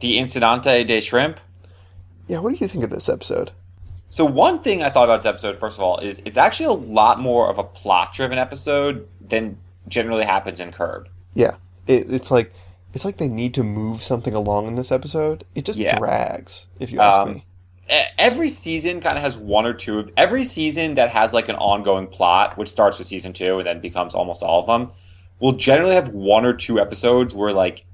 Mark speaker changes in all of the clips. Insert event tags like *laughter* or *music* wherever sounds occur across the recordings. Speaker 1: The Incidente de Shrimp.
Speaker 2: Yeah, what do you think of this episode?
Speaker 1: So one thing I thought about this episode, first of all, is it's actually a lot more of a plot-driven episode than generally happens in Curb.
Speaker 2: Yeah, it, it's like it's like they need to move something along in this episode. It just
Speaker 1: Yeah.
Speaker 2: drags, if you ask
Speaker 1: Um,
Speaker 2: me.
Speaker 1: E- Every season kind of has one or two of every season that has like an ongoing plot, which starts with season two and then becomes almost all of them. Will generally have one or two episodes where like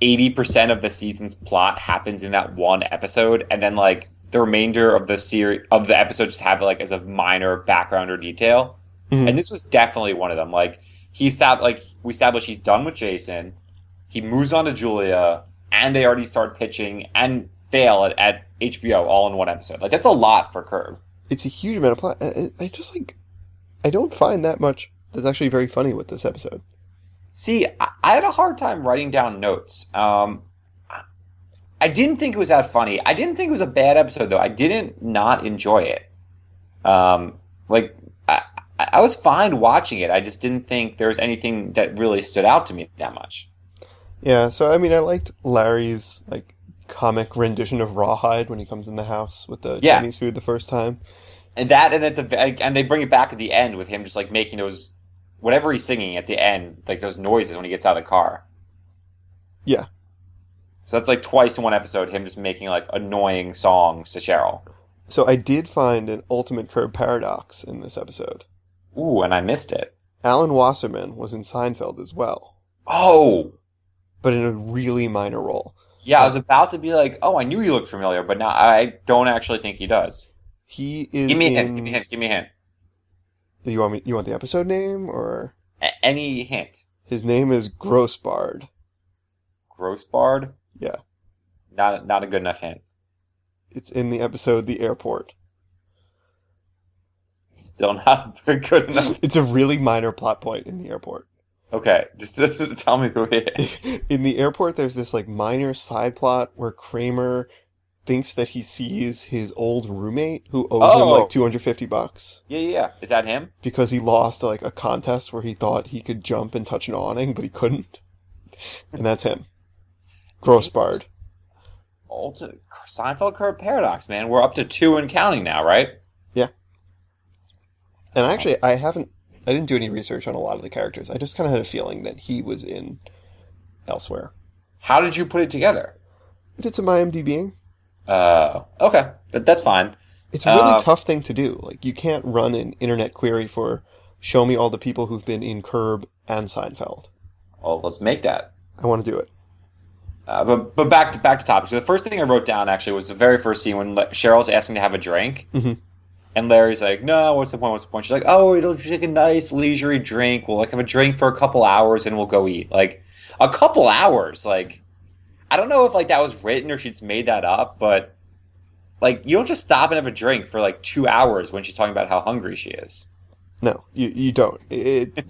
Speaker 1: eighty percent of the season's plot happens in that one episode, and then like the remainder of the series of the episode just have like as a minor background or detail.
Speaker 2: Mhm.
Speaker 1: and this was definitely one of them. Like he stopped, like we established he's done with Jason. He moves on to Julia, and they already start pitching and fail at, at HBO all in one episode. Like that's a lot for Curb.
Speaker 2: it's a huge amount of plot. I, I I just like, I don't find that much that's actually very funny with this episode.
Speaker 1: See, I, I had a hard time writing down notes. Um, I- I didn't think it was that funny. I didn't think it was a bad episode though. I didn't not enjoy it. Um, like I, I I was fine watching it. I just didn't think there was anything that really stood out to me that much.
Speaker 2: Yeah, so I mean, I liked Larry's like comic rendition of Rawhide when he comes in the house with the
Speaker 1: Yeah.
Speaker 2: Chinese food the first time.
Speaker 1: And that, and at the and they bring it back at the end with him just like making those whatever he's singing at the end, like those noises when he gets out of the car.
Speaker 2: Yeah.
Speaker 1: So that's like twice in one episode, him just making like annoying songs to Cheryl.
Speaker 2: So I did find an ultimate curb paradox in this episode.
Speaker 1: Ooh, and I missed it.
Speaker 2: Alan Wasserman was in Seinfeld as well,
Speaker 1: Oh,
Speaker 2: but in a really minor role.
Speaker 1: yeah, I was about to be like, oh, I knew he looked familiar, but now I don't actually think he does.
Speaker 2: He is
Speaker 1: Give me a
Speaker 2: in.
Speaker 1: hint. Give me a hint. Give me a hint.
Speaker 2: You want me? You want the episode name or
Speaker 1: A- any hint?
Speaker 2: his name is Grossbard.
Speaker 1: Grossbard.
Speaker 2: Yeah.
Speaker 1: Not not a good enough hint.
Speaker 2: It's in the episode The Airport.
Speaker 1: *laughs* Still *laughs* not a good enough.
Speaker 2: *laughs* It's a really minor plot point in the airport.
Speaker 1: Okay, *laughs* just tell me who it is.
Speaker 2: *laughs* in the airport, there's this like minor side plot where Kramer thinks that he sees his old roommate who owes him
Speaker 1: Oh.
Speaker 2: like 250 bucks
Speaker 1: *laughs* Yeah, yeah, yeah. Is that him?
Speaker 2: because he lost like a contest where he thought he could jump and touch an awning, but he couldn't. And that's him. Grossbard.
Speaker 1: Ulti- Seinfeld Curb Paradox, man. We're up to two and counting now, right?
Speaker 2: And actually, I haven't, I didn't do any research on a lot of the characters. I just kind of had a feeling that he was in elsewhere.
Speaker 1: How did you put it together?
Speaker 2: I did some IMDBing.
Speaker 1: Uh, okay, Th- that's fine.
Speaker 2: It's a really
Speaker 1: Uh,
Speaker 2: tough thing to do. Like you can't run an internet query for show me all the people who've been in Curb and Seinfeld.
Speaker 1: Well, Oh, let's make that.
Speaker 2: I want to do it.
Speaker 1: Uh, but but back to back to topic. So the first thing I wrote down actually was the very first scene when Le- Cheryl's asking to have a drink,
Speaker 2: Mhm.
Speaker 1: and Larry's like, "No, what's the point? What's the point?" She's like, "Oh, it'll just take a nice leisurely drink. We'll like have a drink for a couple hours, and we'll go eat." Like a couple hours. Like I don't know if like that was written or she just made that up, but like you don't just stop and have a drink for like two hours when she's talking about how hungry she is.
Speaker 2: No, you you don't.
Speaker 1: *laughs*
Speaker 2: It, it,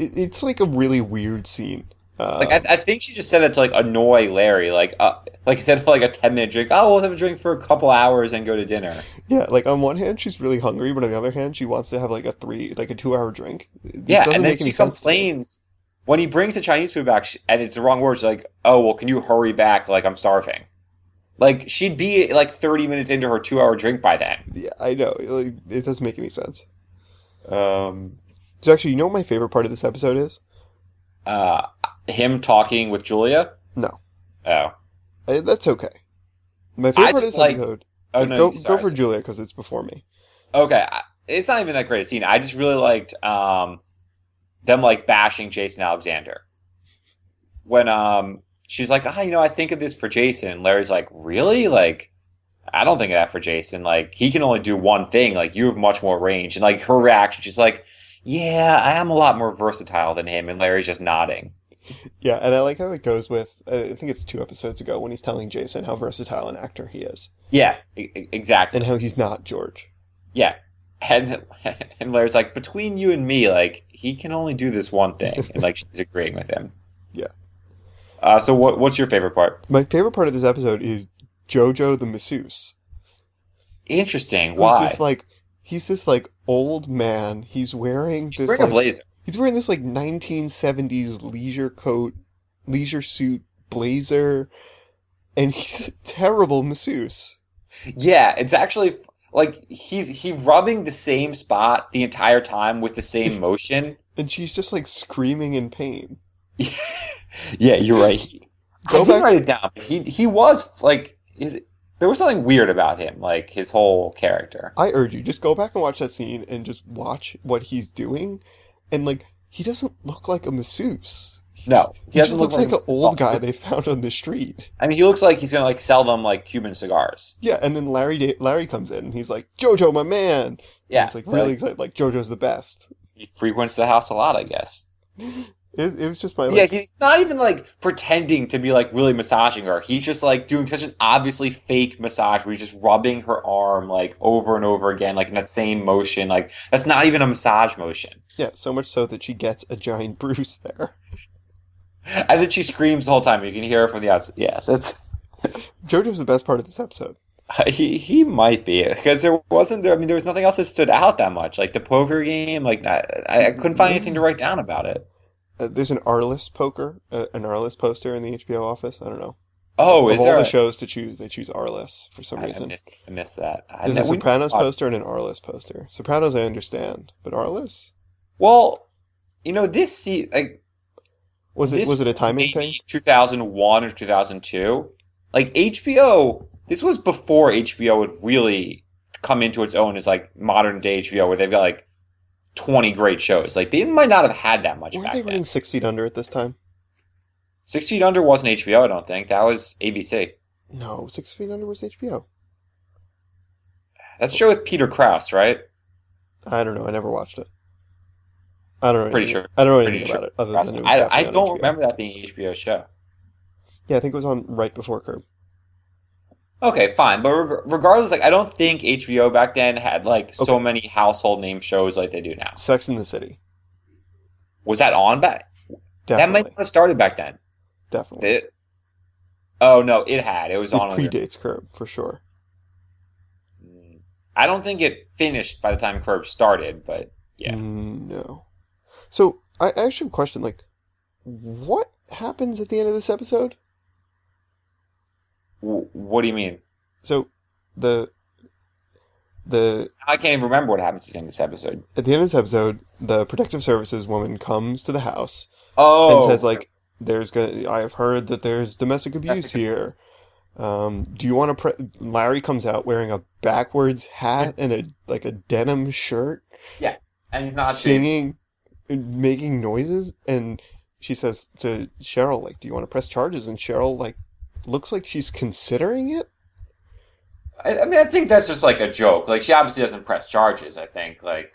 Speaker 2: it it's like a really weird scene. Uh,
Speaker 1: Like I, I think she just said that to like annoy Larry. Like uh, like he said, like a ten minute drink. Oh, we'll have a drink for a couple hours and go to dinner.
Speaker 2: yeah, like on one hand she's really hungry, but on the other hand she wants to have like a three like a two hour drink. This
Speaker 1: Yeah,
Speaker 2: doesn't
Speaker 1: and then
Speaker 2: make any
Speaker 1: she
Speaker 2: sense to me.
Speaker 1: complains when he brings the Chinese food back, sh and it's the wrong words. Like, oh well, can you hurry back? Like I'm starving. Like she'd be like 30 minutes into her two-hour drink by then.
Speaker 2: Yeah, I know. Like, it doesn't make any sense.
Speaker 1: Um,
Speaker 2: So actually, you know what my favorite part of this episode is?
Speaker 1: uh, him talking with Julia.
Speaker 2: No.
Speaker 1: Oh.
Speaker 2: Uh, that's okay. My favorite part of
Speaker 1: just
Speaker 2: this
Speaker 1: like-
Speaker 2: episode.
Speaker 1: Oh no.
Speaker 2: go
Speaker 1: sorry,
Speaker 2: go for
Speaker 1: sorry.
Speaker 2: Julia because it's before me.
Speaker 1: Okay, I- it's not even that great a scene. I just really liked um, them like bashing Jason Alexander when um she's like, ah, you know, I think of this for Jason, and Larry's like, really? Like, I don't think of that for Jason. Like, he can only do one thing. Like, you have much more range, and like her reaction, she's like, yeah, I am a lot more versatile than him, and Larry's just nodding.
Speaker 2: Yeah, and I like how it goes with. uh, I think it's two episodes ago when he's telling Jason how versatile an actor he is,
Speaker 1: Yeah, e- e- exactly.
Speaker 2: and how he's not George.
Speaker 1: Yeah. And *laughs* and Larry's like, between you and me, like he can only do this one thing, and like she's agreeing with him.
Speaker 2: *laughs* Yeah.
Speaker 1: Uh, so what what's your favorite part?
Speaker 2: My favorite part of this episode is Jojo the masseuse.
Speaker 1: Interesting.
Speaker 2: Who's
Speaker 1: Why?
Speaker 2: This, like he's this like old man. He's wearing
Speaker 1: She's
Speaker 2: this.
Speaker 1: wearing a
Speaker 2: like,
Speaker 1: blazer.
Speaker 2: he's wearing this like 1970s leisure coat, leisure suit blazer, and he's a terrible masseuse.
Speaker 1: Yeah, it's actually like he's he rubbing the same spot the entire time with the
Speaker 2: *laughs*
Speaker 1: same motion.
Speaker 2: And she's just like screaming in pain.
Speaker 1: Yeah, you're right. He- I
Speaker 2: Go
Speaker 1: did
Speaker 2: back-
Speaker 1: write it down. But he he was like is there was something weird about him, like his whole character.
Speaker 2: I urge you, just go back and watch that scene and just watch what he's doing. And like, he doesn't look like a masseuse. He
Speaker 1: No,
Speaker 2: just-
Speaker 1: he
Speaker 2: he, just
Speaker 1: doesn't look
Speaker 2: looks like,
Speaker 1: like
Speaker 2: an
Speaker 1: a
Speaker 2: old
Speaker 1: masseuse.
Speaker 2: guy they found on the street.
Speaker 1: I mean, he looks like he's gonna like sell them like Cuban cigars.
Speaker 2: Yeah, and then Larry da- Larry comes in and he's like, "Jojo, my man."
Speaker 1: Yeah,
Speaker 2: he's like
Speaker 1: but, like,
Speaker 2: really excited, like Jojo's the best.
Speaker 1: he frequents the house a lot, I guess.
Speaker 2: It, it was just my
Speaker 1: yeah,
Speaker 2: like,
Speaker 1: he's not even like pretending to be like really massaging her. He's just like doing such an obviously fake massage where he's just rubbing her arm like over and over again, like in that same motion. Like that's not even a massage motion.
Speaker 2: yeah, so much so that she gets a giant *laughs* bruise there.
Speaker 1: And then she screams the whole time. You can hear her from the outside. Yeah, that's *laughs*
Speaker 2: Jojo's the best part of this episode.
Speaker 1: he. He might be because there wasn't there. I mean, there was nothing else that stood out that much. Like the poker game. Like I, I couldn't find anything to write down about it.
Speaker 2: Uh, there's an Arliss poker, uh, an Arliss poster in the HBO office. I don't know.
Speaker 1: Oh,
Speaker 2: of
Speaker 1: is
Speaker 2: all
Speaker 1: there?
Speaker 2: the
Speaker 1: a-
Speaker 2: shows to choose, they choose Arliss for some
Speaker 1: I, I
Speaker 2: reason.
Speaker 1: missed. I missed that. I
Speaker 2: There's a
Speaker 1: ne- we-
Speaker 2: Sopranos
Speaker 1: uh,
Speaker 2: poster and an Arliss poster. Sopranos, I understand, but Arliss
Speaker 1: well, you know this. Se- like
Speaker 2: was it?
Speaker 1: This
Speaker 2: was it a timing thing?
Speaker 1: maybe 2001 or 2002. Like HBO, this was before HBO would really come into its own as like modern day HBO, where they've got like 20 great shows. Like they might not have had that much
Speaker 2: Weren't
Speaker 1: back
Speaker 2: they
Speaker 1: then.
Speaker 2: running Six Feet Under at this time?
Speaker 1: 16 Under wasn't HBO, I don't think. That was ABC.
Speaker 2: No, Six Feet Under was HBO.
Speaker 1: That's a show with Peter Krause, right?
Speaker 2: I don't know. I never watched it. I don't know.
Speaker 1: Pretty
Speaker 2: anything-
Speaker 1: sure.
Speaker 2: I don't know
Speaker 1: Pretty
Speaker 2: anything
Speaker 1: sure.
Speaker 2: about it. Other
Speaker 1: Krause.
Speaker 2: than it was
Speaker 1: I, I
Speaker 2: definitely on
Speaker 1: don't
Speaker 2: HBO.
Speaker 1: remember that being an HBO show.
Speaker 2: Yeah, I think it was on right before Curb.
Speaker 1: Okay, fine, but reg- regardless, like I don't think HBO back then had like so
Speaker 2: Okay.
Speaker 1: many household name shows like they do now.
Speaker 2: Sex in the City.
Speaker 1: Was that on back?
Speaker 2: Definitely.
Speaker 1: That might not have started back then.
Speaker 2: definitely.
Speaker 1: Did it? Oh no, it had. It was
Speaker 2: it
Speaker 1: on. under-
Speaker 2: predates Curb for sure.
Speaker 1: Mm. I don't think it finished by the time Curb started, but Yeah.
Speaker 2: Mm, No. So I I actually have a question. Like, what happens at the end of this episode?
Speaker 1: w- what do you mean?
Speaker 2: So the the
Speaker 1: I can't even remember what happens in this episode.
Speaker 2: at the end of this episode, the protective services woman comes to the house
Speaker 1: Oh,
Speaker 2: and says like there's gonna i have heard that there's domestic abuse
Speaker 1: Domestic
Speaker 2: here um do you want to pre-? larry comes out wearing a backwards hat and a like a denim shirt
Speaker 1: and he's not singing.
Speaker 2: singing and making noises and she says to cheryl like do you want to press charges and cheryl like looks like she's considering it
Speaker 1: I, I mean, I think that's just like a joke. Like she obviously doesn't press charges. I think like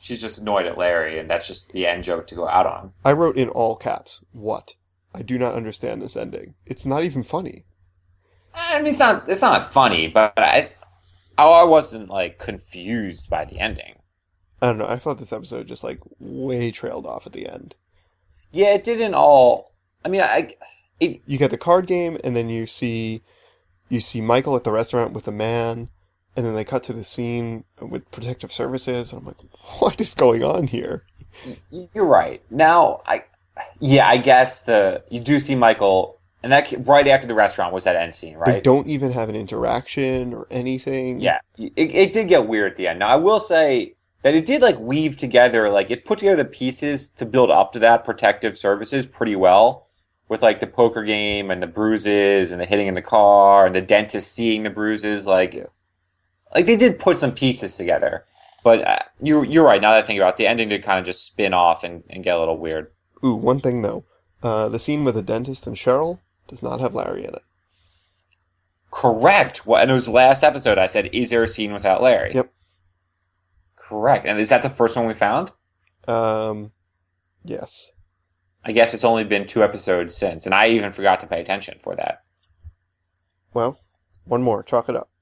Speaker 1: she's just annoyed at Larry, and that's just the end joke to go out on.
Speaker 2: i wrote in all caps what i do not understand this ending it's not even funny
Speaker 1: I mean, it's not it's not funny, but I oh, I wasn't like confused by the ending.
Speaker 2: i don't know i thought this episode just like way trailed off at the end
Speaker 1: Yeah, it didn't all. I mean, I
Speaker 2: you get the card game and then you see you see Michael at the restaurant with a man and then they cut to the scene with protective services and I'm like *laughs* what is going on here
Speaker 1: You're right. Now, I, yeah, I guess the you do see Michael, and that ca- right after the restaurant was that end scene,
Speaker 2: they
Speaker 1: right?
Speaker 2: don't even have an interaction or anything
Speaker 1: Yeah, it, it did get weird at the end. Now, I will say that it did like weave together, like it put together the pieces to build up to that protective services pretty well, with like the poker game and the bruises and the hitting in the car and the dentist seeing the bruises, like,
Speaker 2: Yeah.
Speaker 1: like they did put some pieces together. But uh, you you're right. Now that I think about it, the ending did kind of just spin off and, and get a little weird.
Speaker 2: ooh one thing though uh, the scene with the dentist and Cheryl does not have Larry in it
Speaker 1: Correct. Well, and it was last episode I said, is there a scene without Larry?
Speaker 2: Yep.
Speaker 1: Correct. And is that the first one we found?
Speaker 2: um yes
Speaker 1: I guess it's only been two episodes since, and I even forgot to pay attention for that.
Speaker 2: well one more chalk it up